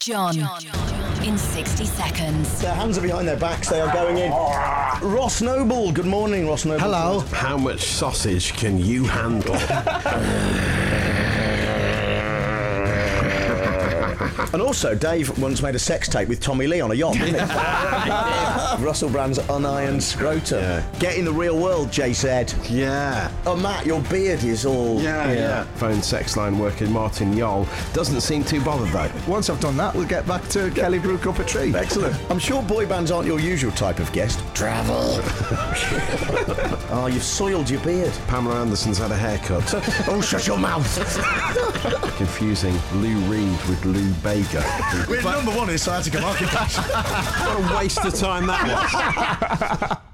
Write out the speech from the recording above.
John, in 60 seconds. Their hands are behind their backs. They are going in. Ross Noble. Good morning, Ross Noble. Hello. How much sausage can you handle? And also, Dave once made a sex tape with Tommy Lee on a yacht, didn't he? Russell Brand's unironed scrotum. Get in the real world, Jay said. yeah. Oh, Matt, your beard is all. Yeah, yeah. Phone sex line worker Martin Yol doesn't seem too bothered though. Once I've done that, we'll get back to Kelly Brook up a tree. Excellent. I'm sure boy bands aren't your usual type of guest. Travel. oh, you've soiled your beard. Pamela Anderson's had a haircut. Oh, shut your mouth. Confusing Lou Reed with Lou Bega. We're number one in sciatica market. what a waste of time that was.